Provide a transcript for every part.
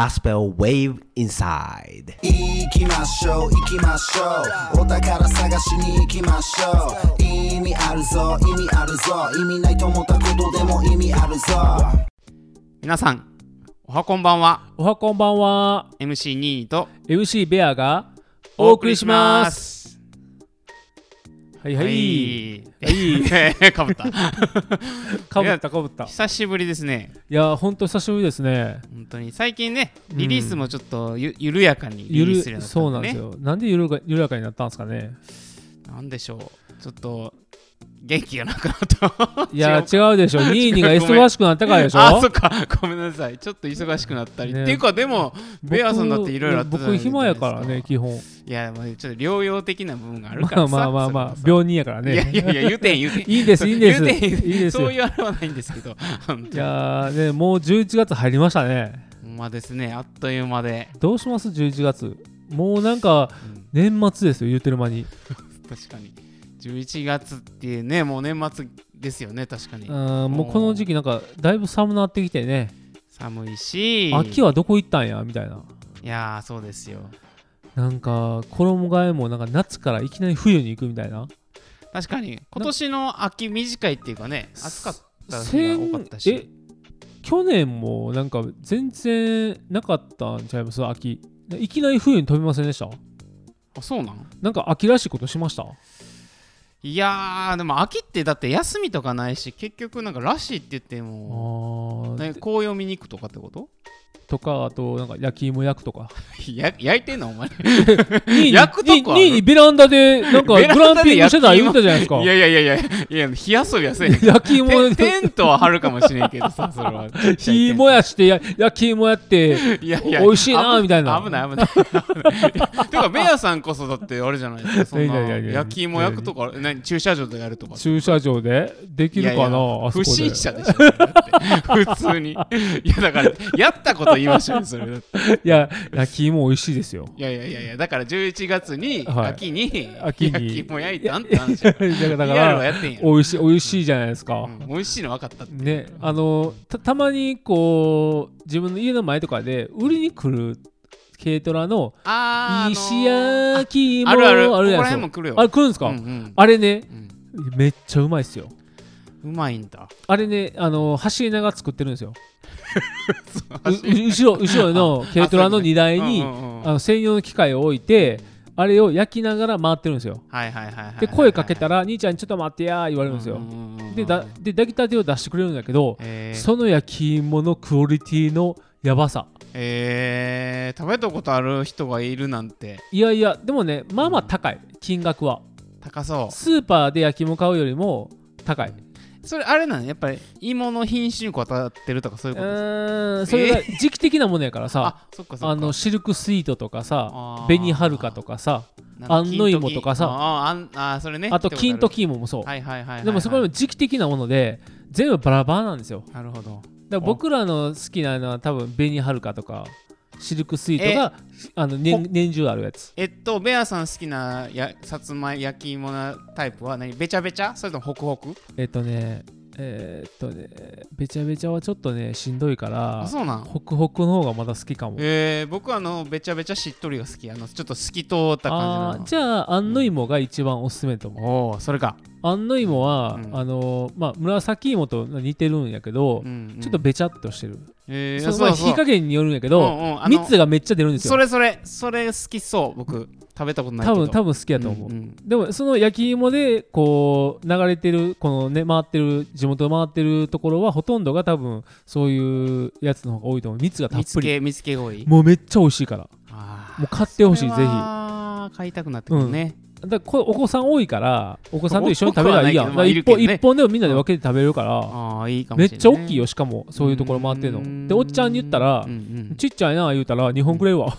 Gospel Wave Inside 行きましょう行きましょうお宝探しに行きましょう意味あるぞ意味あるぞ意味ないと思ったことでも意味あるぞ皆さんおはこんばんはおはこんばんは MC ニーと MC ベアがお送りしますすはいははいい はいかぶったかぶったかぶったい久しぶりですねやほんと久しぶりですね本当に最近ねリリースもちょっとゆ,、緩やかにリゆリーるスするようになったそうなんですねよなんでゆるが緩やかになったんですか ねなんでしょうちょっと元気がなくなったいやう違うで しょニーニーが忙しくなったからでしょあそっかごめんなさいちょっと忙しくなったり、ねっていうかでも僕ベアさんだっていろいろあったじゃない僕ですか暇やからね基本いやもうちょっと療養的な部分があるかまあらさまあまあまあそれは病人やからさいねやいやいや言うてん言うてんいいですいいです言うてん言うてんいいですよそういうあれはないんですけど本い当にやーねもう11月入りましたねほんまですねあっという間で、どうします11月もうなんかうん年末ですよ言うてる間に確かに11月ってねもう年末ですよね確かにうんもうこの時期なんかだいぶ寒なってきてね寒いし秋はどこ行ったんやみたいないやーそうですよなんか衣替えもなんか夏からいきなり冬に行くみたいな確かに今年の秋短いっていうかね暑かった日が多かった先えし去年もなんか全然なかったんちゃいます秋いきなり冬に飛びませんでしたあそうなんなんか秋らしいことしましたいやーでも秋ってだって休みとかないし結局なんからしいって言ってもあーね紅葉見に行くとかってこと とかあとなんか焼き芋焼くとかや焼いてんのお前に焼くとこあるににベランダでなんかグベランダでランピングしてた言うたじゃないですかいやいやいやいやいや火遊びはせえ へん焼き芋テテントは張るかもしれんけどさそれ は火燃やしてや焼き芋やっていやいや美味しいな危みたいな危ない危ない危ない てかベアさんこそだってあれじゃないですかそんないやいやいやいや焼き芋焼くとか何駐車場でやるとか駐車場でできるかないやいやあそ不こで審者でしょそれだって普通にい やだからやったこと言いましたよそれだっていや焼き芋美味しいですよいやいやいやいやだから11月にはい秋に秋に焼き芋焼いたんって話やだからリだかアルはらやってんや美味しい美味しいじゃないですか、うん美味しいの分かったってねあのたたまにこう自分の家の前とかで売りに来る軽トラのあーあ石のー焼き芋あるあるここあるやらつ辺も来るよあれ来るんですか、うんうんあれねうんめっちゃうまいっすようまいんだあれねあの走りながら作ってるんで すようう走り後ろ後ろの軽トラの荷台にうんうんうんあの専用の機械を置いてあれを焼きながら回ってるんですよはいはいはいはいはいはいで声かけたら「兄ちゃんちょっと待ってや」言われるんですよでだで抱きたてを出してくれるんだけどえーその焼き芋のクオリティのやばさえー食べたことある人がいるなんていやいやでもねまあまあ高い金額は高そスーパーで焼き芋買うよりも高いうそれあれなのやっぱり芋の品種にこだわってるとかそういううことですかーんそれが時期的なものやからさあそっかそっかあのシルクスイートとかあさー紅はるかとかさなんかあんの芋とかさあーあんあーそれねあと金と時芋もそうはいはいはいはいはいでもそこも時期的なもので全部バラバラなんですよなるほどだから僕らの好きなのは多分紅はるかとかシルクスイートがあの年年中あるやつえっとベアさん好きなやさつまい焼き芋なタイプは何べちゃべちゃそれともホクホクえっとねえーっとねべちゃべちゃはちょっとねしんどいかあらそうなんホクホクの方がまだ好きかもえー、僕はあのべちゃべちゃしっとりが好きあのちょっと透き通ったあ感ーじじゃああんの芋が一番おすすめと思うのおおそれか、あんの芋は、うんあのーまあ紫芋と似てるんやけど、うんうんちょっとべちゃっとしてる、えー、そのそうまあそう火加減によるんやけうど、んうんあの蜜がめっちゃ出るんですそよれそれそれ好きそう僕食べたことないけ多ど分多分分好きやと思う、んんでもその焼き芋でこう流れてるこのね回ってる地元回ってるところはほとんどが多分そういうやつの方が多いと思う蜜がたっ見つぷりけ見つけが多いもうめっちゃ美味しいからあもう買ってほしいぜひだかひ買いたくなってくるね、らこれお子さん多いからお子さんと一緒に食べたらいいや多くんだかはらないけ一どまあいるけ本どね一本でもみんなで分けて食べれるからああいいかもめしれっないちゃ大きいよしかもそういうところ回ってるうーんのでおっちゃんに言ったらうんうんちっちゃいな言うたら日本くれるわ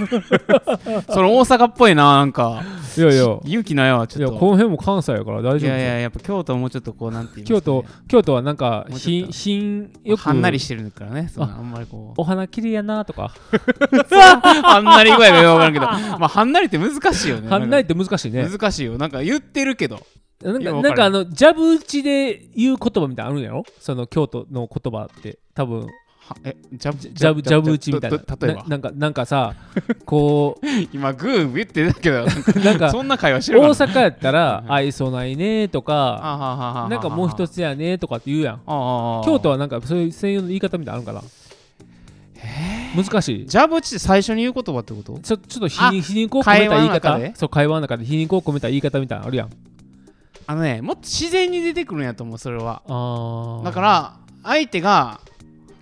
それ大阪っぽいななんかいやいや 勇気ないわちいょやっこのと辺も関西やから大丈夫いやいややっぱ京都はもうちょっとこうなんていう京都京都はなんかもうちょっ品と品よよくくはんなりしてるからねそんなああんまりこうお花綺麗やなとかはんなり具合がよくわからん けどまあはんなりって難しいよねはんなりっって難しいてね難しいよなんか言ってるけどなよんかくわなんかからあのジャブ打ちで言う言葉みたいなのあるんやろその京都の言葉って多分はえジャブジャブジャブ打ちみたいなた例えばななんかなん かさこう今グー言ってたけどなんなんかか そんな会話して大るかな阪やったら愛想ないねとかあははははなんかもう一つやねとかって言うやんああああ京都はなんかそういう専用の言い方みたいなのあるんかな難しいジャブ打ちって最初に言う言葉ってことちょちょっと皮あ肉皮肉を込めた言会話いの中方でそう会話の中で皮肉を込めた言い方みたいなのあるやんあのねもっと自然に出てくるんやと思うそれはあだから相手が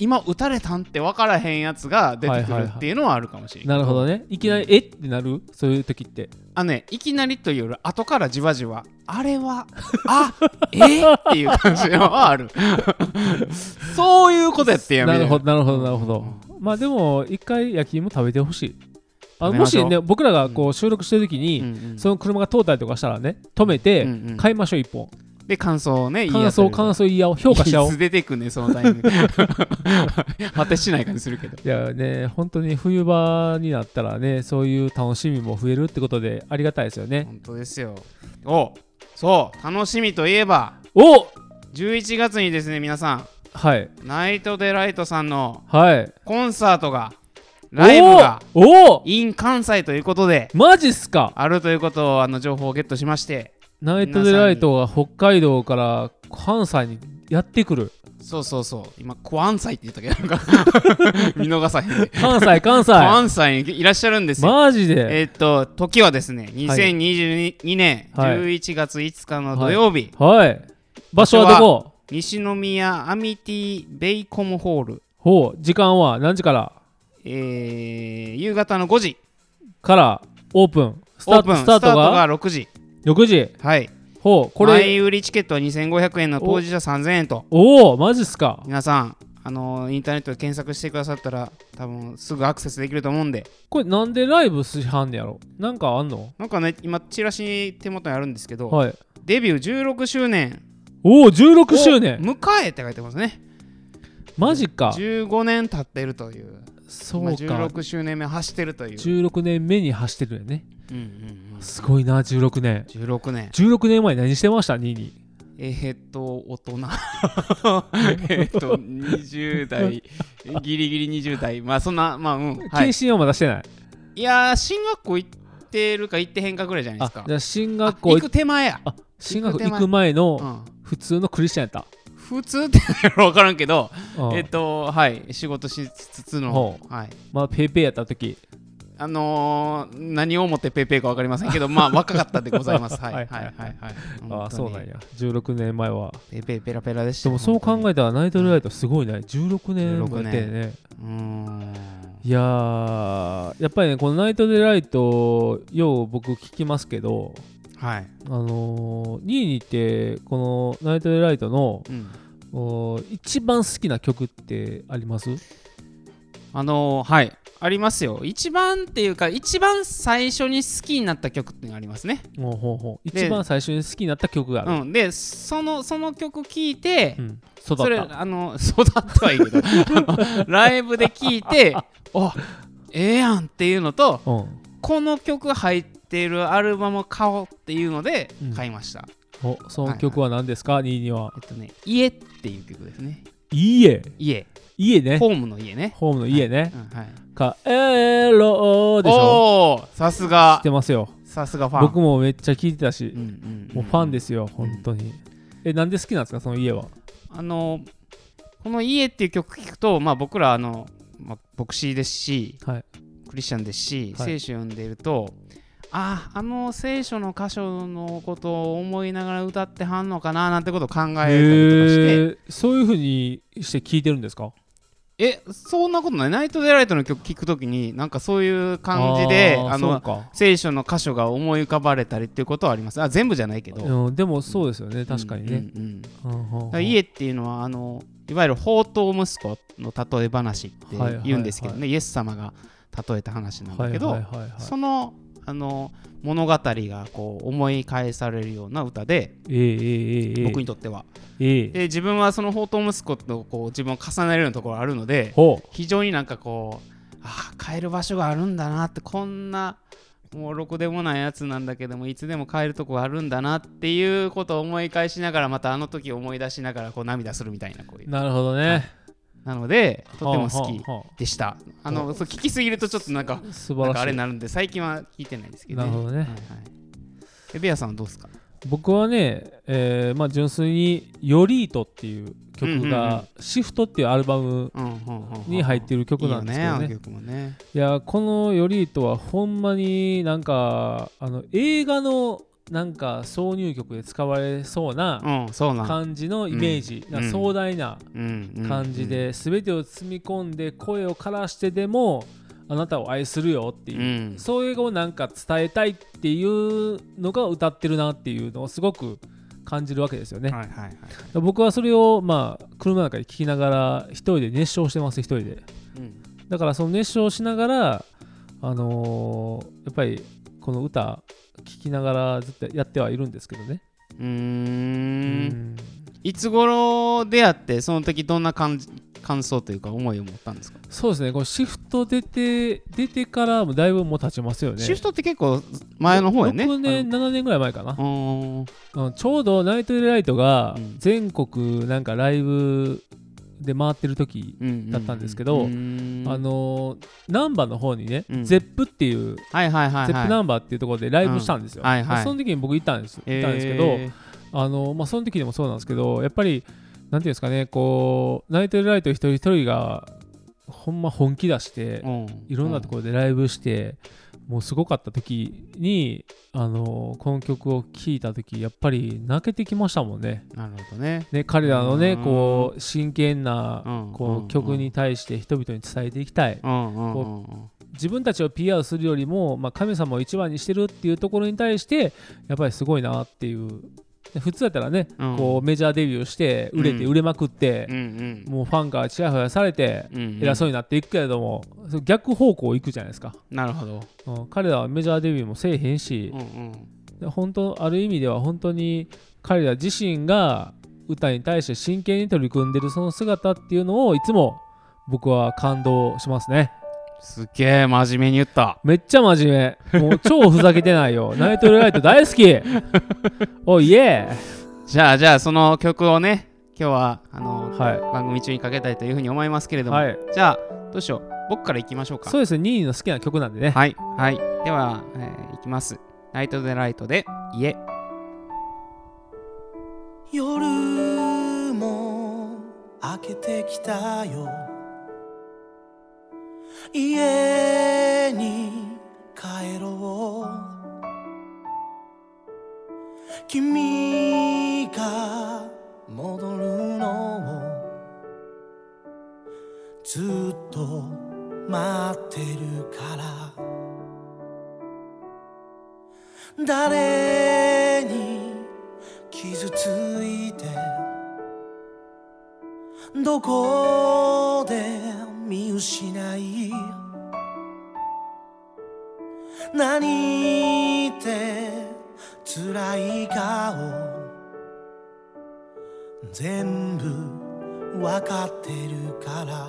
今打たれたんって分からへんやつが出てくるっていうのはあるかもしれないなるほどねいきなり「えっ?」てなるそういう時ってあのねいきなりというより後からじわじわあれはあ えっていう感じのはある そういうことやってんやみなたいるなほどなるほどなるほどまあでも一回焼き芋食べてほしいあ食べもましょうしね僕らがこう収録してる時うんにうんその車が通ったりとかしたらね止めてうんうん買いましょう一本で感想をね言い合感った想りとか感想言い合おう評価し合おいうつ出てくんねそのタイミン グ果てしない感じするけどいやね本当に冬場になったらねそういう楽しみも増えるってことでありがたいですよね本当ですよおそう楽しみといえばお11月にですね皆さんはいナイト・デ・ライトさんのはいコンサートがライブがおーおー in 関西ということでマジっすかあるということをあの情報をゲットしましてナイト・デ・ライトが北海道から関西にやってくるそうそうそう今関西って言ったけど なんか見逃さへんで関西関西関西にいらっしゃるんですよ、マジでえーっと時はですね2022年はい11月5日の土曜日、はい場所はどこ西宮アミティベイコムホール、ほう時間は何時からえー、夕方の5時からオープンスタオーープトンスタートが6時6時はいほうここれ前れ売りチケットは2500円の当事者3000円とおおマジっすか皆さんあのーインターネットで検索してくださったら多分すぐアクセスできると思うんでこれなんでライブしはんねやろなんかあんのなんかね今チラシ手元にあるんですけど、はいデビュー16周年おお16を周年迎えって書いてますねマジか15年経ってるというそうまあか16周年目走ってるという、 16年目に走ってるよねうんうんうん、すごいな16年16年16年前何してましたニーニーえー、っと、大 人。えーっと、20代、ギリギリ20代。まあ、そんな、まあ、うん。は謹い、慎はまだしてないいやー、進学校行ってるか行ってへんかぐらいじゃないであすか。じゃあ進あ学校行く手前や。あ進学行く校手前行く前うのん、普通のクリスチャンやった、普通ってなんやろ分からんけど、うんえーっと、はい、仕事しつつのほ、はい。まあペイペイやった時あのー、何をもってペイペイか分かりませんけど、まあ、若かったでございます。 はい、は、はいいはい、はい。ああそうなんや。や16年前はペイペイペラペラでしたでよ。もそう考本当にえたらナイトルライトすごいね16年16もやってねうーん。いやーやっぱりねこのナイト・デ・ライトよう僕聞きますけどはい。あのー、ニーニーってこのナイト・デ・ライトのうんおー一番好きな曲ってありますあのーはいありますよ一番っていうか一番最初に好きになった曲っていうのがありますね、ほうほうほうで一番最初に好きになった曲がある、うん、でそのその曲聴いて、うん育ったそれあの 育ったはいいけど あのライブで聴い てあええやんっていうのとうん、この曲入ってるアルバムを買おうっていうのでうん買いました、おその曲は何ですか、ニーニーはえっとね「家」っていう曲ですね家家家ねホームの家ね、ホームの家ね、うんはい、帰ろうでしょおおさす知っがてますよさすがファン僕もめっちゃ聞いてたし、うんうんうんもうファンですよ本当に、えなんで好きなんですかその家はあのこの「家」っていう曲聞くと、まあ、僕らあの、まあ、牧師ですしはいクリスチャンですし、はい聖書読んでいるとあああの聖書の箇所のことを思いながら歌ってはんのかななんてことを考えたりへとかしてーそういうふうにして聞いてるんですかえそんなことないナイト・デ・ライトの曲聞くときになんかそういう感じでーあそうのか聖書の箇所が思い浮かばれたりっていうことはありますあ全部じゃないけどうん、でもそうですよね確かにね、うんうんうんうんうんうんだから家っていうのはあのいわゆる宝刀息子の例え話ってはいはいはい言うんですけどね、イエス様が例えた話なんだけど、はいはいはいはいそのあの物語がこう思い返されるような歌で、ええええええ僕にとってはええで自分はその宝刀息子とこう自分を重ねるようなところがあるのでほう非常になんかこうああ帰る場所があるんだなってこんなもうろくでもないやつなんだけどもいつでも帰るとこがあるんだなっていうことを思い返しながらまたあの時を思い出しながらこう涙するみたいなこういう なるほどね、なのでとても好きはあはあはでしたあのそう聞きすぎるとちょっとなんかあ素な晴んかあられしいになるんで最近は聞いてないですけどなるほどねはいはいえベアさんはどうですか僕はね、えーまあ、純粋に「ヨリート」っていう曲うんうんうが「シフト」っていうアルバムうんうんうんうんに入ってる曲なんですけいどいよねあのね曲もねいやこの「ヨリート」はほんまになんかあの映画のなんか挿入曲で使われそうなうんそうなん感じのイメージ、うんなんか壮大なうんうん感じで全てを積み込んで声を枯らしてでもあなたを愛するよってういう、んそういうのをなんか伝えたいっていうのが歌ってるなっていうのをすごく感じるわけですよね、はいはいはい僕はそれをまあ車の中で聴きながら一人で熱唱してます一人でうんだからその熱唱しながらあのーやっぱりこの歌聴きながらずっとやってはいるんですけどねうーうんいつ頃出会ってその時どんな感じ感想というか思いを持ったんですか、そうですねこのシフト出て出てからもだいぶもう経ちますよねシフトって結構前の方やね6年7年ぐらい前かなあ、のうんちょうどナイト・エレライトがうん全国なんかライブで回ってる時、うんだったんですけどうーんあのー難波の方にね、うんゼップっていう、はいはいはいはいゼップナンバーっていうところでライブしたんですよ、うんはいはいその時に僕いたんですいたんですけど、えーあのまあ、その時でもそうなんですけどやっぱりなんていうんですかねこうナイト・エレライト一人一人がほんま本気出して、うんいろんなところでライブして、もうすごかった時にあのこの曲を聴いた時やっぱり泣けてきましたもんね。うんなるほどねね彼らのねうんこう真剣なうんこうんう曲に対して人々に伝えていきたいうんうんうんうん自分たちを PR するよりも、まあ、神様を一番にしてるっていうところに対してやっぱりすごいなっていうで普通だったらね、うんこうメジャーデビューして売れてうん売れまくってう、んもうファンからチヤホヤされてうんうん偉そうになっていくけれども、そう逆方向行くじゃないですか。なるほどうん彼らはメジャーデビューもせえへんしうん、うんで本当ある意味では本当に彼ら自身が歌に対して真剣に取り組んでるその姿っていうのをいつも僕は感動しますねすっげえ真面目に言っためっちゃ真面目もう超ふざけてな いよナイトルライト大好き おいえじゃあじゃあその曲をね今日はあのは番組中にかけたいというふうに思いますけれいども、はいじゃあどうしよう僕からいきましょうかそうですねニーニーの好きな曲なんでねはいはいでは、えーいきますナイト・デ・ライトで家夜も明けてきたよ家に帰ろう君が戻るのをずっと待ってるから誰に傷ついてどこで見失い何って辛い顔全部わかってるから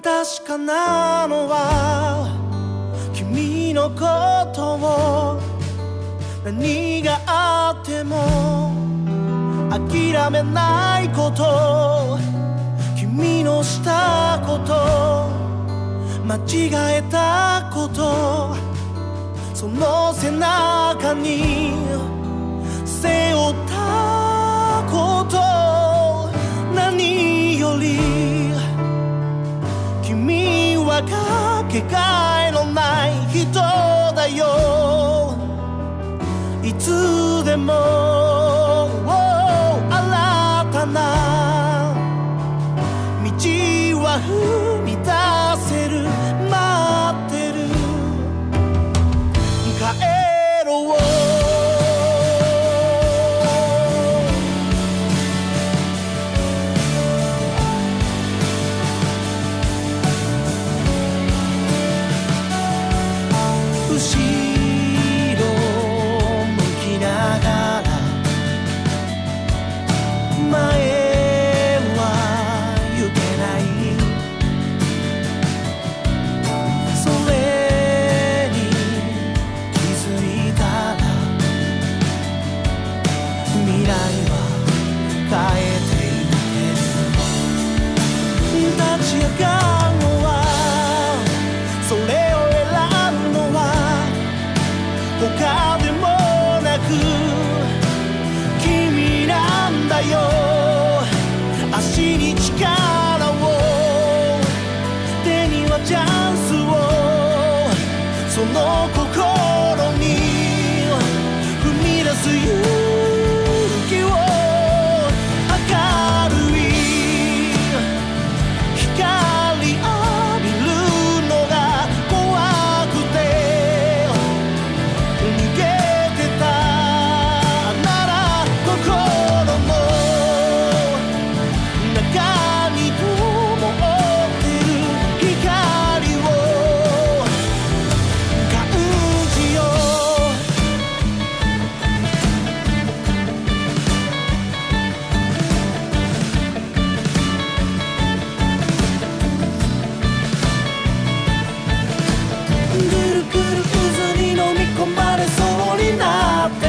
確かなのは君のことを何があっても諦めないこと君のしたこと間違えたことその背中に背負ったこと何より君はかけがえのない人だよいつでも新たな道は踏み出せる待ってる帰ろう後ろ向きながらの心に踏み出す勇気を明るい光浴びるのが怖くて逃げてたなら心も中に灯ってる光を感じようぐるぐる渦に飲み込まれそうになって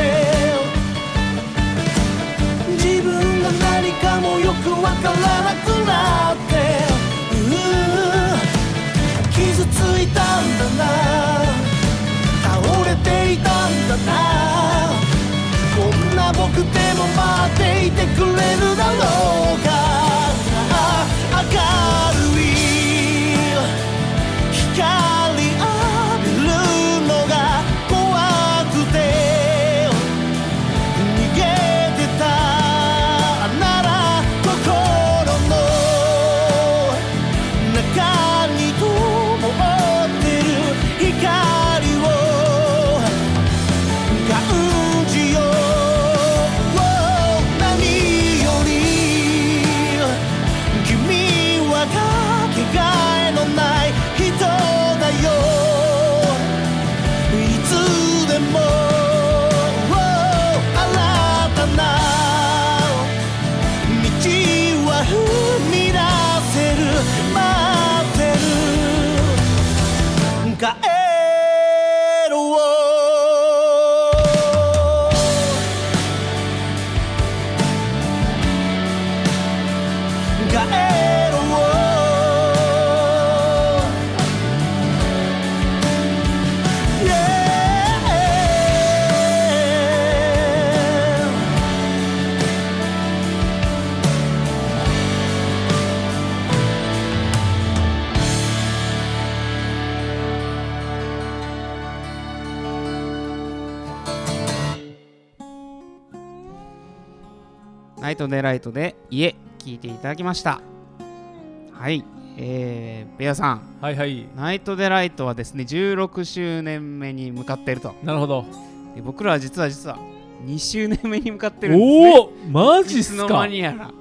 自分が何かもよくわからなくなってうー傷ついたんだな倒れていたんだなこんな僕でも待っていてくれるだろうかあ明るい光浴びるのが怖くて逃げてたなら心の中に灯ってる光を感じよう何より君はかけがえのない人だよいつでも新たな道は踏み出せる待ってる帰ろう帰ろう「Yeah ナイトデライトで家聞いていただきましたはいえー、ベアさんはいはいナイトデライトはですね16周年目に向かっているとなるほどで僕らは実は実は2周年目に向かってるんですねおおマジっいつすのか間にやら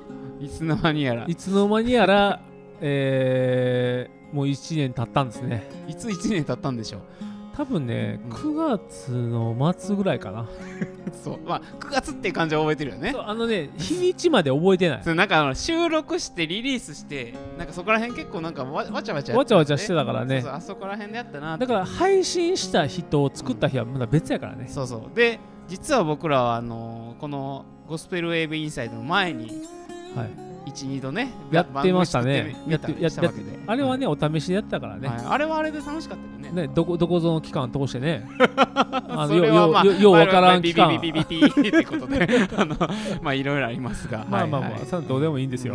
いつの間にやらいつの間にやらえー、もう1年経ったんですねいつ1年経ったんでしょう多分ねうん9月の末ぐらいかな、そうまあ9月っていう感じは覚えてるよね そうあのね日にちまで覚えてないそうなんかあの収録してリリースしてなんかそこら辺結構なんかわわちゃわちゃやってたんだよねわちゃわちゃしてたからそねうそうあそこら辺でやったなってだから配信した日と作った日はまだ別やからね、そうそうで実は僕らはあのーこのゴスペルウェーブインサイドの前にはい、 12度ねやってましたねややっっててややっってたやわっけてであれはね、お試しでやったからはいね,、はいあれはあれで楽しかったよねねどこどこぞの期間通し てねあそれはまあようようようわからん期間ビビビビビビビビってことであのまあいろいろありますがまあまあまはあ、いはいさんどうでもいいんですよ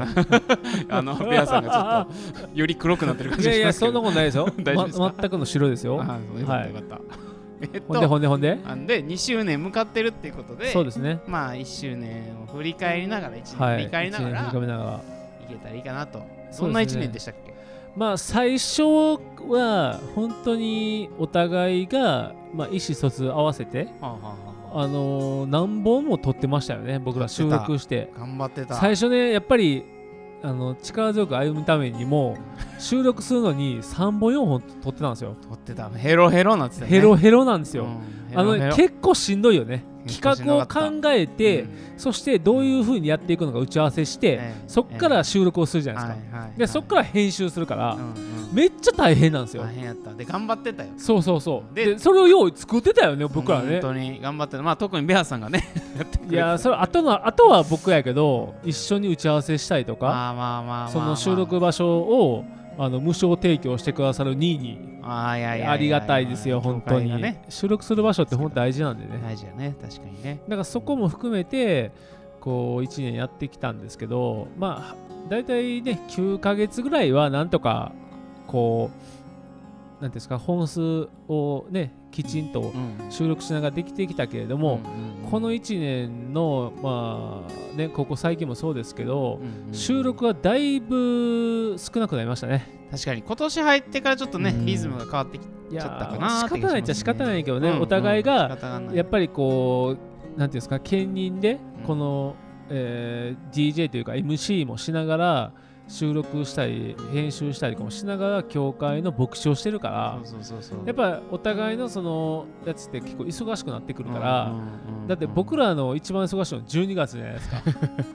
あのベアさんがちょっとより黒くなってる感いじがやいしまやすけそどんなことないですよ 大丈夫ですかま全くの白ですよあそうよかったよかっ たえっほんでとほんでほんであんで2周年向かってるっていうことでそうですねまあ1周年を振り返りながら1年は振いり返りながら一年振り返りながらいけたらいいかなとそそうんですな1ね年でしたっけまあ最初は本当にお互いが、まあ、意思疎通合わせてはあはあはああのー何本も撮ってましたよね僕ら収録して頑張ってた最初ねやっぱりあの力強く歩むため にも収録するのに3本4本撮ってたんですよ撮ってたヘロヘロなってたよねヘロヘロなんですよ、うんヘあロのヘねロ結構しんどいよね結構しん企画どかをった考えて、うんそしてどういうふうにやっていくのか打ち合わせして、ええそっから収録をするじゃないではすか、いはいはいでそっから編集するから、うんうんめっちゃ大変なんですよ、大変やったで頑張ってたよそうそうそうででそれをよう作ってたよね僕らね本当に頑張ってたまあ特にベアさんがね やってくれいてやそれ後の後は僕やけど一緒に打ち合わせしたりとか、まあまあまあまあまあその収録場所をあの無償提供してくださる2位にあーいやいやいやありがたいですよ、業本当界にがね。収録する場所って本当大事なんでね。大事やね確かにねだからそこも含めて、こう1年やってきたんですけど、まあ、大体ね、9ヶ月ぐらいはなんとか、こう、なんていうんですか本数をねきちんとうん収録しながらできてきたけれども、この1年のまあねここ最近もそうですけど、うんうん収録はだいぶ少なくなりましたね。確かに今年入ってからちょっとね、うんリズムが変わってきて、いやちょっとかーなー仕って気がします方ねないっちゃ仕方ないけどね、うんお互いうんが仕方ないやっぱりこうなんていうんですか兼任でうんこの、えー DJ というか MC もしながら収録したり編集したりもしながら教会の牧師をしてるからそうそうそうそうやっぱお互いのそのやつって結構忙しくなってくるから。うんうんうんうんだって僕らの一番忙しいの12月じゃないですか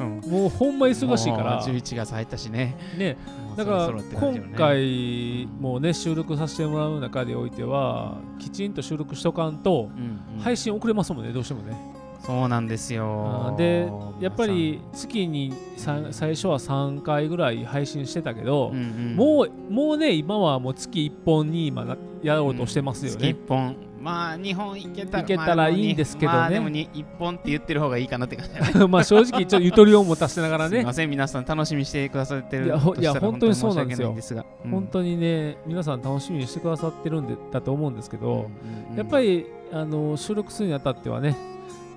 うんもうほんま忙しい かもらう11月入ったしねねもうだそろからそろって感じよね今回もね収録させてもらう中でおいてはきちんと収録しとかんとうんうん配信遅れますもんねどうしてもね。そうなんですあよーでやっぱり月にさん最初は3回ぐらい配信してたけど、もうもうね今はもう月1本に今なやろうとしてますよ月ね。 1本まあ2本いけたらいけたらいいんですけどねまあでも1本って言ってる方がいいかなって感じだね まあ正直ちょっとゆとりを持たせながらすいねません皆さん楽しみにしてくださってるいやほとしたらいや本当にそうなんですよ本当に申し訳ないんですが、うん本当にね皆さん楽しみにしてくださってるんでだと思うんですけうど、んうんうんやっぱりあの収録するにあたってはね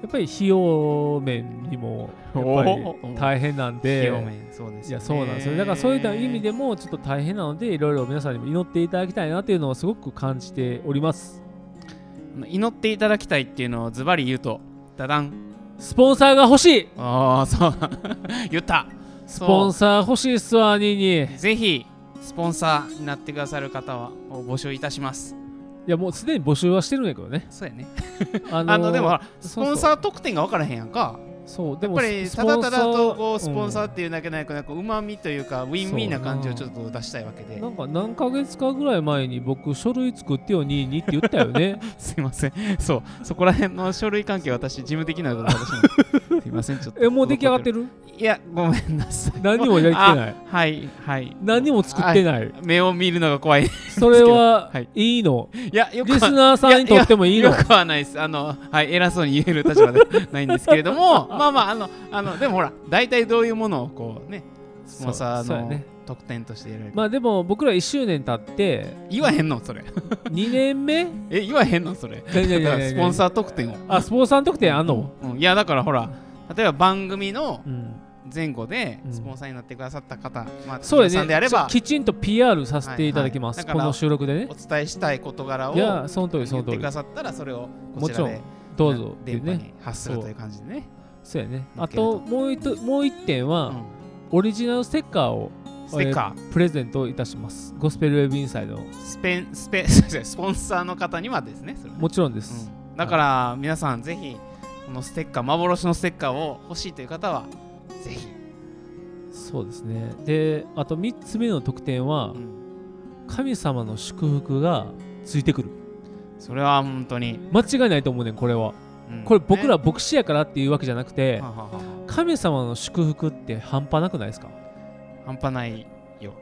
やっぱり費用面にもやっぱ おりー大変なんで。費用面そうですよねいやそうなんですよだからそういった意味でもちょっと大変なのでいろいろ皆さんにも祈っていただきたいなというのをすごく感じておりますあの祈っていただきたいっていうのをズバリ言うとダダンスポンサーが欲しいああそう 言ったスポンサー欲しいっすわ兄にいぜひスポンサーになってくださる方はを募集いたしますやもうすでに募集はしてるんやけ どねそうやねああのでもほらスそうポそうンサー特典が分からへんやんかそうやでっもぱりスただただとこうススポンサーポンサーっていうだけないかうまみというかウィンウィンな感じをちょっと出したいわけうでんなんか何ヶ月かぐらい前に僕書類作ってよ22って言ったよねすいませんそうそこら辺の書類関係私事務的なので私 もすいませんちょっとえもう出来上がってるいやごめんなさい何もやってあないはいはい何も作ってない、目を見るのが怖い いそれははいいいのやよくリスはナーさんにとってもいいのよくはないですあのはい偉そうに言える立場ではないんですけれど もまあまああのあのでもほら大体どういうものをこうねスポンサーそうそうやのね特典としてやられるまあでも僕ら1周年経って言わへんのそれ2 年目え言わへんのそれだからスポンーサー特典を、あスポンサーの特典あんの、うん、いやだからほら例えば番組のうん、前後でうんスポンサーになってくださった方、まあそうや皆さねんであればきちんと PR させていただきます、はいはいだからこの収録でねお伝えしたい事柄をいやその通りそ言っのて通りくださったらそれをこもちちらろでんどうぞってい電波うねに発するという感じでねそうやね乗っあけるとともう一ともう一点は、うんオリジナルステッカーをステッカープレゼントいたしますゴスペルウェブインサイドのスペンスペ スポンサーの方にはですねそれねもちろんです、うんだから皆さんぜひこのステッカー幻のステッカーを欲しいという方はぜひ、そうですねであと3つ目の特典はうん神様の祝福がついてくるそれは本当に、間違いないと思うねんこれはうんこれ僕らね牧師やからっていうわけじゃなくてはははは神様の祝福って半端なくないですか半端ないよ。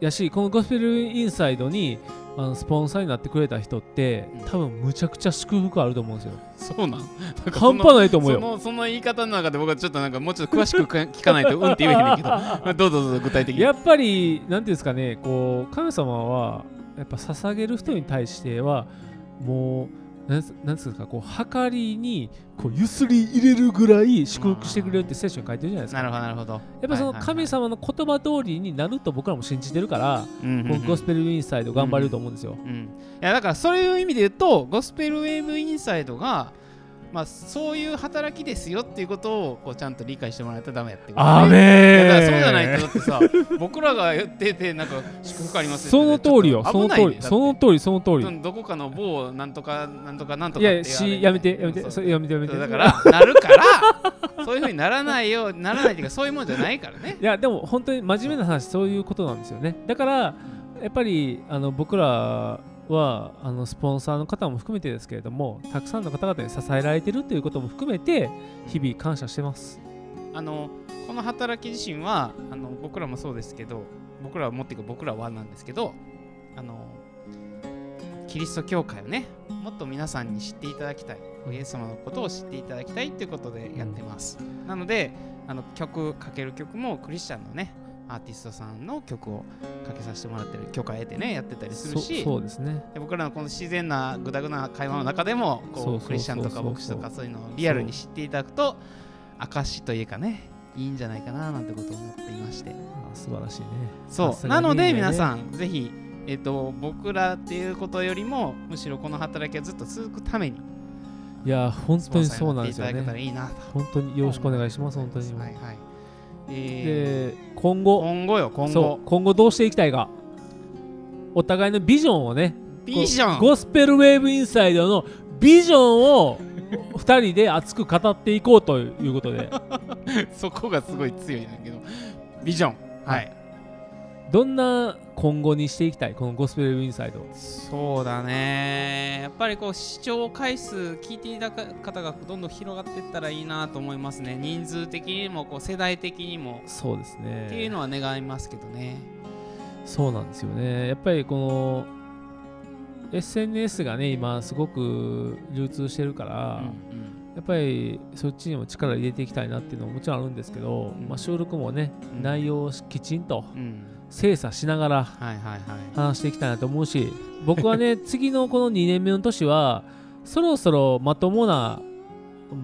やしこのゴスペルインサイドにあのスポンサーになってくれた人ってうん多分むちゃくちゃ祝福あると思うんですよそうなん半端ないと思うそよのその言い方の中で僕はちょっとなんかもうちょっと詳しくか聞かないとうんって言えへんね んけどどうぞどうぞ具体的に。やっぱり何ていうんですかねこう神様はやっぱ捧げる人に対してはもうなんつなんつうんですかこう計りにこうゆすり入れるぐらい祝福してくれるって聖書に書いてるじゃないですかなるほどなるほど。やっぱそのはいはいはい神様の言葉通りになると僕らも信じてるから、うんうんうん僕ゴスペルインサイド頑張れると思うんですよ。うん、いやだからそういう意味で言うとゴスペルウェーブインサイドが、まあ、そういう働きですよっていうことをこうちゃんと理解してもらえたらダメやってことねいやだからそうじゃないとだってさ僕らが言っててなんか祝福ありますその通りよ、その通り、その通通り、その通り。どこかの某なんとかなんとかなんとかっいてあやいれや、し、やめて、やそめて、うそれやめて、やめそて。うだからなるからそういうふうにならないようならないっていうかそういうもんじゃないからねいや、でも本当に真面目な話、そういうことなんですよね。だから、やっぱりあの僕らはあのスポンサーの方も含めてですけれども、たくさんの方々に支えられてるということも含めて、日々感謝してます。あのこの働き自身はあの僕らもそうですけど僕らは持っていく僕らはなんですけどあのキリスト教会をねもっと皆さんに知っていただきたいイエス様のことを知っていただきたいということでやってます、なのであの曲かける曲もクリスチャンのねあアーティストさんの曲をかけさせてもらったり許可得てねやってたりするそしそうですねで僕らのこの自然なぐだぐな会話の中でもそうこそうそうそううクリスチャンとか牧師とかそういうのをリアルに知っていただくと証というかねいいんじゃないかななんてことを思っていましてあ素晴らしいねさそすうながにのでね皆さんぜひ、えっと僕らっていうことよりもむしろこの働きがずっと続くためにいや本当にそうなんですよスポンサーになっていただけたらいいなとね本当によろしくお願いします本当にもう、はいはいえで今ー後今後よ今そ後う今後どうしていきたいかお互いのビジョンをねビジョンゴスペルウェーブインサイドのビジョンを二人で熱く語っていこうというこ とで そこがすごい強いんだけどビジョンはいどんな今後にしていきたいこのゴスペルウェーブインサイドをそうだねやっぱりこう視聴回数聞いていただく方がどんどん広がっていったらいいなと思いますね人数的にもこう世代的にもそうですねっていうのは願いますけどねそうなんですよね。やっぱりこの SNS がね今すごく流通してるから、うんやっぱりそっちにも力入れていきたいなっていうのももちろんあるんですけど、んまあ、収録もね、うん内容をきちんとうんうん精査しながらはいはいはい話していきたいなと思うし僕 はね次のこの2年目の年はそろそろまともな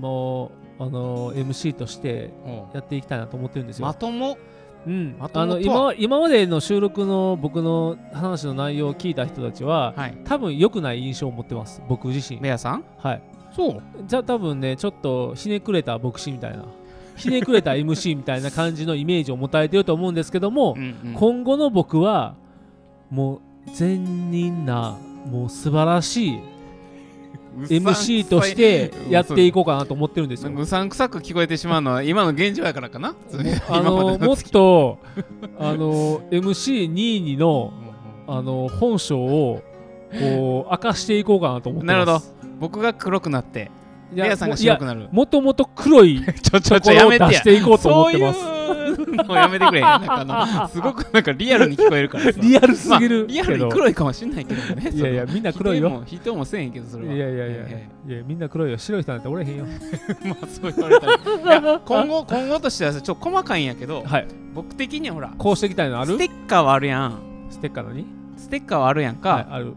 もうあの MC としておうやっていきたいなと思ってるんですよ。まともうん、まとあもとはの今今までの収録の僕の話の内容を聞いた人たちは、はい多分良くない印象を持ってます僕自身ベアさんはいそうじゃあ多分ねちょっとひねくれた牧師みたいなひねくれた MC みたいな感じのイメージを持たれてると思うんですけども、ん今後の僕はもう善人なもう素晴らしい MC としてやっていこうかなと思ってるんですようさんくさく聞こえてしまうのは今の現状やからかなあのもっとあの MC22 のあの本性をこう明かしていこうかなと思ってますなるほど僕が黒くなっていベやアさんが白くなるももともと黒いちょちょとちこょやろを出めてやしていこうとそ思っういてうますのやめてくれなんか あのすごくなんかリアルに聞こえるからさリアルすぎるまあリアルに黒いかもしんないけどねいやいやそのみんな黒否い定よも否定もせえへんけどそいれやはいやいやいやえいやみんな黒いよ白い人なんておれへんよえまあそう言われたらいや今 後今後としてはさちょっと細かいんやけどはい僕的にはほらこうしていきたいのあるステッカーはあるやんステッカーのにステッカーはあるやんはいかある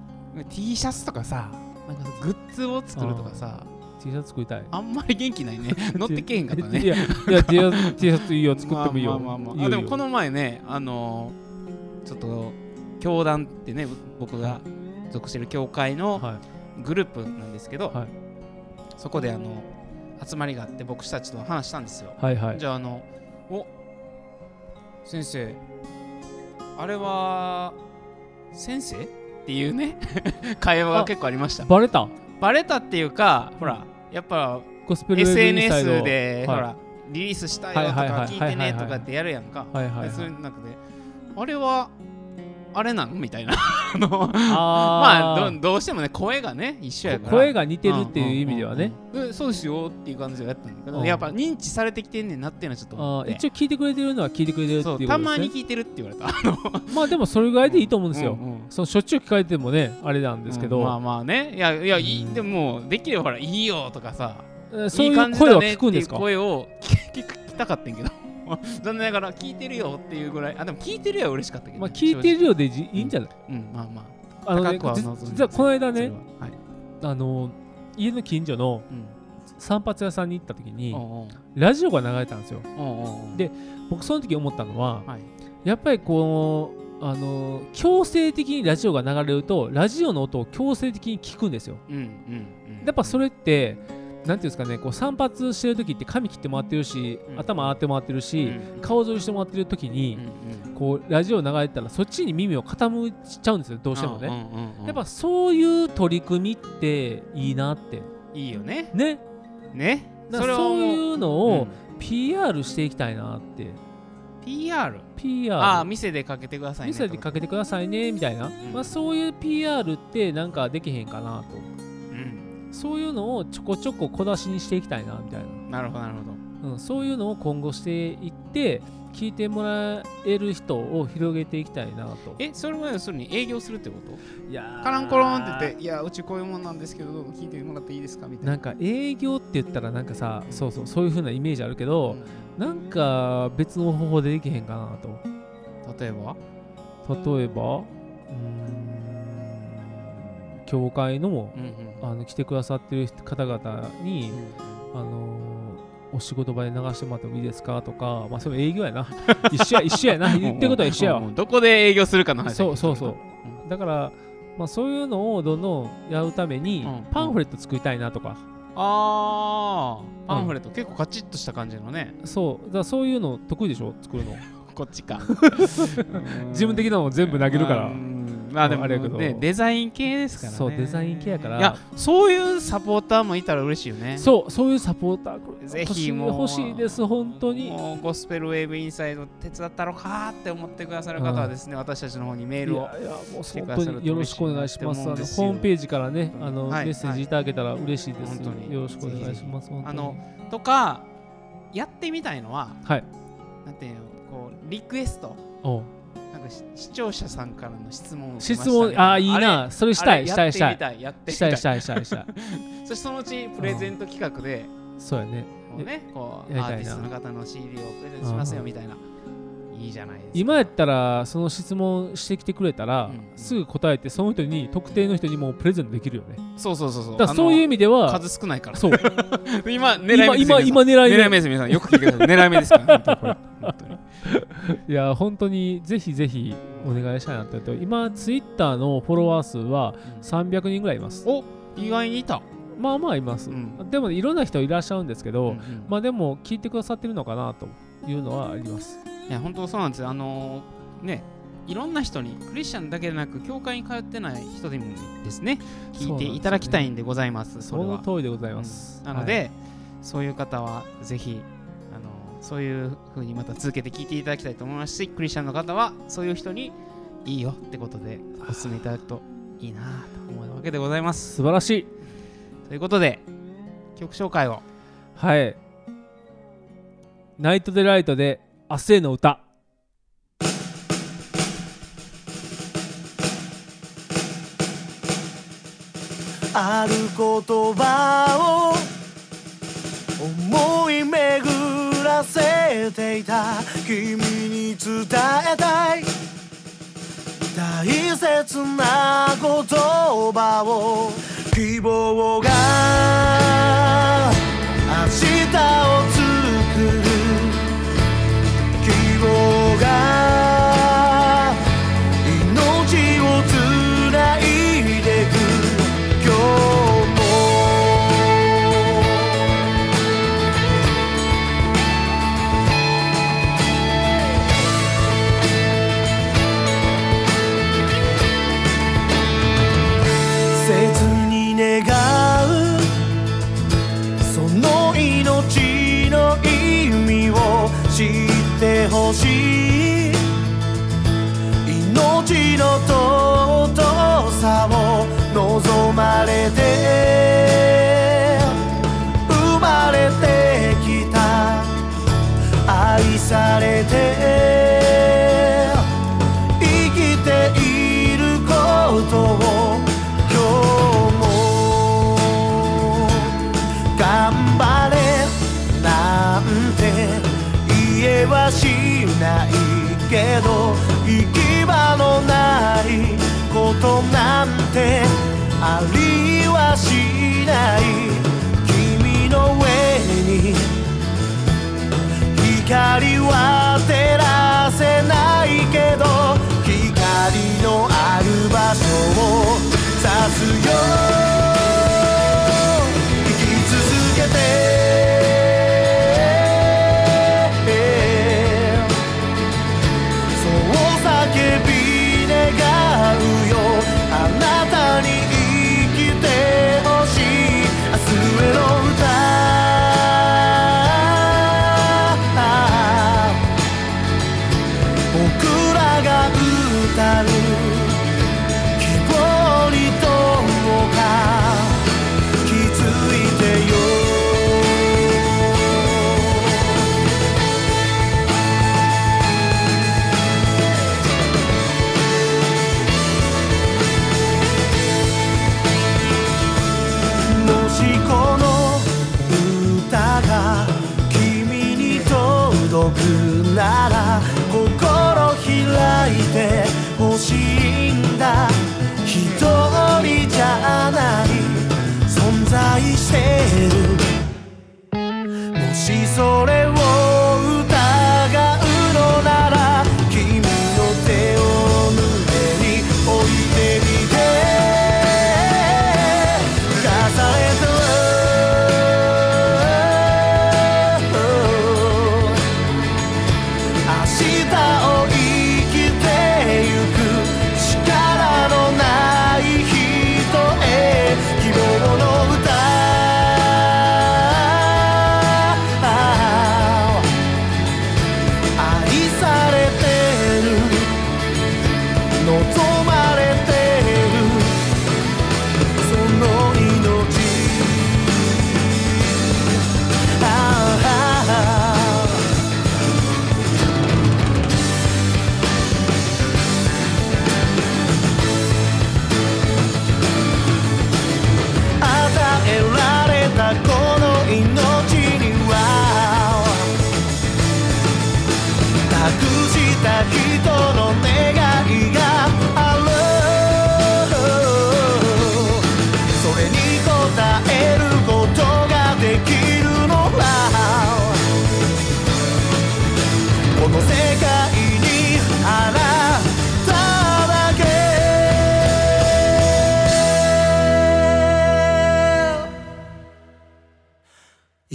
T シャツとかさなんかグッズを作るとかさ T シャツ作りたいあんまり元気 ないね乗ってけへんかったねいやいや T シャツ T シャツいいよ作ってもいいよまあまあまあまあいいよあでもこいいよの前ねあのーちょっと教団ってね僕が属してる教会のはグループなんですけど、はいそこであの集まりがあって牧師たちと話したんですよ、いはいはいじゃああのお先生あれは先生っていうね 会話が結構ありましたバレたバレたっていうかほらやっぱゴスペルウェブインサイド SNS で、はいほらリリースしたよとかはいはいはい聞いてはいはいねはいとかってやるやんか、はいはいはいでそれの中であれはあれなのみたいな あのまああーどどうしてもね声がね一緒やから声がが似てるっていう意味ではね、えそうですよっていう感じでやったんだけど、うんやっぱ認知されてきてんねんなっていうのはちょっと思あっーて一応聞いてくれてるのは聞いてくれてるっていうそことでうすねたまに聞いてるって言われたまあでもそれぐらいでいいと思うんですよ、うんうんそのしょっちゅう聞かれてもねあれなんですけど、うんまあまあねいやいやいい、うんでもできればほらいいよとかさえーそうい感うじ声だはね聞くんですかっていう声を聞聞聞きたかったんやけど 残念ながら聞いてるよっていうぐらいあでも聞いてるよは嬉しかったけどね、まあ聞いて正るよでじいいんじゃない、直うんまあまああのね高くは望んでますじ実はこの間それねははいあの家の近所のうん散髪屋さんに行った時におうラジオが流れたんですよおうおうおうで僕その時思ったのははいやっぱりこのあの強制的にラジオが流れるとラジオの音を強制的に聞くんですようんうんうんやっぱそれれってなんていうんですかねこう散髪してる時って髪切って回ってるし、うん頭洗って回ってるし、顔剃りしてもらってる時に、どこうラジオ流れてたらそっちに耳を傾いちゃうんですよどうしてもね、やっやっぱぱそういう取り組みっていいなっていいよねねねだからをそうういうのをん PR していきたいなって、 PR ああ PR 店でかけてくださいね店でかけてくださいねみたいな、んまあ、そういう PR ってなんかできへんかなとうんそういうのをちょこちょこ小出しにしていきたいなみたいななるほどなるほどうん、そういうのを今後していって聞いてもらえる人を広げていきたいなとえそれは要するに営業するってこといやーカランコロンって言って「いやうちこういうもんなんですけどどうも聞いてもらっていいですか?」みたいななんか営業って言ったらなんかさそうそうそういう風なイメージあるけど、なんか別の方法でできへんかなと例えば例えばうーん教会のうんうんあの来てくださってる方々に、あのーお仕事場で流してもらってもいいですかとか、まあ、それ営業や な一緒や一緒やな言ってることは一緒やわうんうんどこで営業するかの話そうそうそううだから、まあ、そういうのをどんどんやるためにうんパンフレット作りたいなとか、あーパンフレット、結構カチッとした感じのねそうだからそういうの得意でしょ作るのこっちか 自分的なのを全部投げるから、まあうんまあでもあれやけどねデザイン系ですからねそうデザイン系やからいやそういうサポーターもいたら嬉しいよねそうそういうサポーターこれぜひもう欲しいです本当にもうゴスペルウェーブインサイド手伝ったろかーって思ってくださる方はですね、私たちの方にメールをいやいやもうしてく本ださ当るとによろしくお願いしま嬉しいすなって思うんあでのすよホームページからねあの、はいメッセージいただけたら嬉しいです、本当によろしくお願いします本当にあのとかやってみたいのははいなんていうのこうリクエストおうなんかし視聴者さんからの質問を受けました質ね問ああいいれなそれしたあれいしたいしたいやってみしたたいいししたいたいしたいしたいそしてそのうちプレゼント企画でそうやねこうねこうやりアたーいなティストの方の CD をプレゼントしますよみたいないいじゃないですか今やったらその質問してきてくれたら、うんすぐ答えてその人に特定の人にもうプレゼントできるよねそうそうそうそうだからそういう意う味では数少ないからそう 今狙い目で今す今今狙い目狙い目です皆さんよく聞いてください狙い目ですから本当にこれ本 当にいや本当にぜひぜひお願いしたいなって思って今ツイッターのフォロワー数は300人ぐらいいますお意外にいたまあまあいます、うんでもいろんな人いらっしゃるんですけど、うんうんまあでも聞いてくださってるのかなというのはありますいや本当そうなんですよあのーねいろんな人にクリスチャンだけでなく教会に通ってない人にもですね聞いていただきたいんでございますそそれのは通りでございます、なので、そういう方はぜひあのそういうふうにまた続けて聞いていただきたいと思いますしクリスチャンの方はそういう人にいいよってことでお勧めいただくといいなと思うわけでございます素晴らしいということで曲紹介をはい「ナイト・デ・ライト」で「明日への歌」ある言葉を思い巡らせていた君に伝えたい大切な言葉を希望が明日を作る希望が命をつないでく今日も切に願うその命の意味を知ってほしい命の尊さを望まれて生まれてきた愛されて生きていることを今日も頑張れなんて言えはしないけど行き場のないことなんてありはしない君の上に光は照らせないけど光のある場所を指すよ生き続けてそう叫び願うよあなたに生きてほしい明日への歌僕らが歌う希望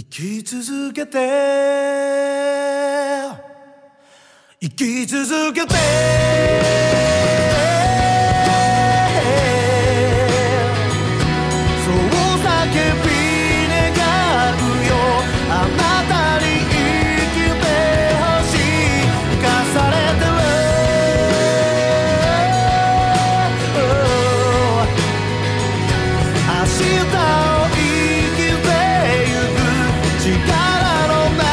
き続けて生き続けてそう叫び願うよあなたに生きてほしい生かされてる明日を生きてゆく力のな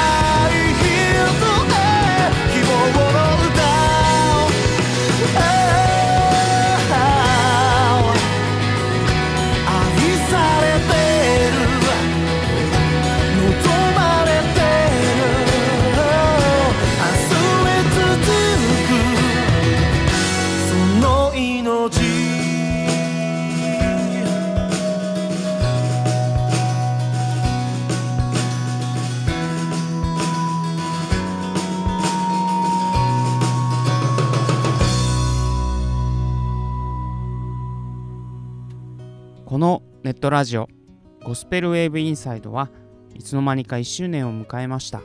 い人へ希望の歌を Oh 愛されてる望まれてる明日へ続くその命このネットラジオゴスペルウェーブインサイドはいつの間にか1周年を迎えました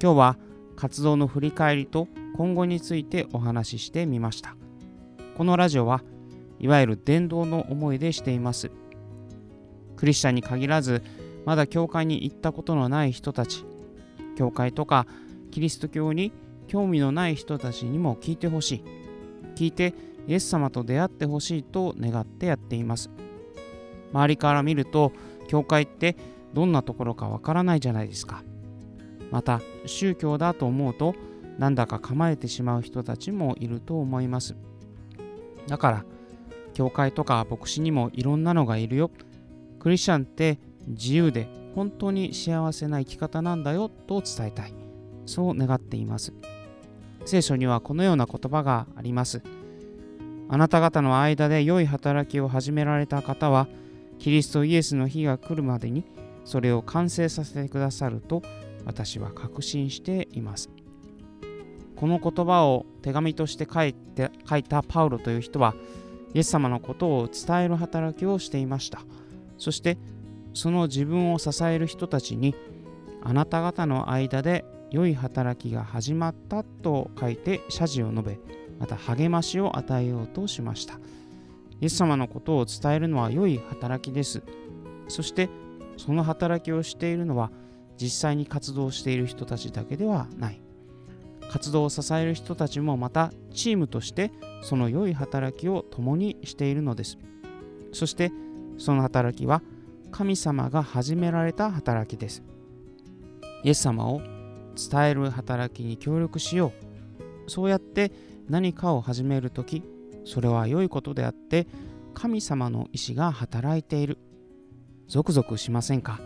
今日は活動の振り返りと今後についてお話ししてみましたこのラジオはいわゆる伝道の思いでしていますクリスチャンに限らずまだ教会に行ったことのない人たち教会とかキリスト教に興味のない人たちにも聞いてほしい聞いてイエス様と出会ってほしいと願ってやっています周りから見ると教会ってどんなところかわからないじゃないですかまた宗教だと思うとなんだか構えてしまう人たちもいると思いますだから教会とか牧師にもいろんなのがいるよクリスチャンって自由で本当に幸せな生き方なんだよと伝えたいそう願っています聖書にはこのような言葉がありますあなた方の間で良い働きを始められた方はキリストイエスの日が来るまでにそれを完成させてくださると私は確信しています。この言葉を手紙として書いて書いたパウロという人はイエス様のことを伝える働きをしていました。そしてその自分を支える人たちにあなた方の間で良い働きが始まったと書いて謝辞を述べまた励ましを与えようとしました。イエス様のことを伝えるのは良い働きです。そして、その働きをしているのは、実際に活動している人たちだけではない。活動を支える人たちもまた、チームとして、その良い働きを共にしているのです。そして、その働きは、神様が始められた働きです。イエス様を伝える働きに協力しよう。そうやって何かを始めるとき、それは良いことであって神様の意志が働いているゾクゾクしませんか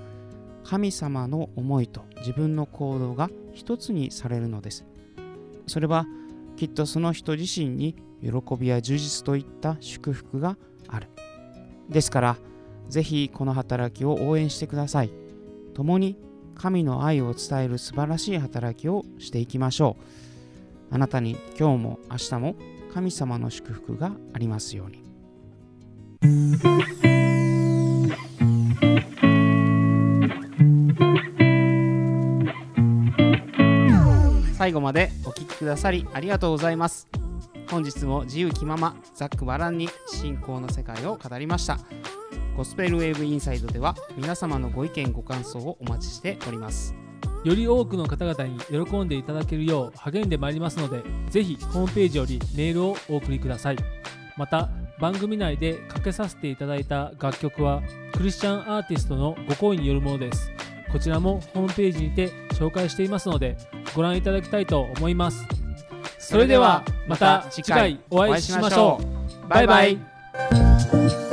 神様の思いと自分の行動が一つにされるのですそれはきっとその人自身に喜びや充実といった祝福があるですからぜひこの働きを応援してください共に神の愛を伝える素晴らしい働きをしていきましょうあなたに今日も明日も神様の祝福がありますように。最後までお聞きくださりありがとうございます。本日も自由気ままざっくばらんに信仰の世界を語りました。ゴスペルウェーブインサイドでは皆様のご意見ご感想をお待ちしております。より多くの方々に喜んでいただけるよう励んでまいりますのでぜひホームページよりメールをお送りくださいまた番組内でかけさせていただいた楽曲はクリスチャンアーティストのご好意によるものですこちらもホームページにて紹介していますのでご覧いただきたいと思いますそれではまた次回お会いしましょうバイバイ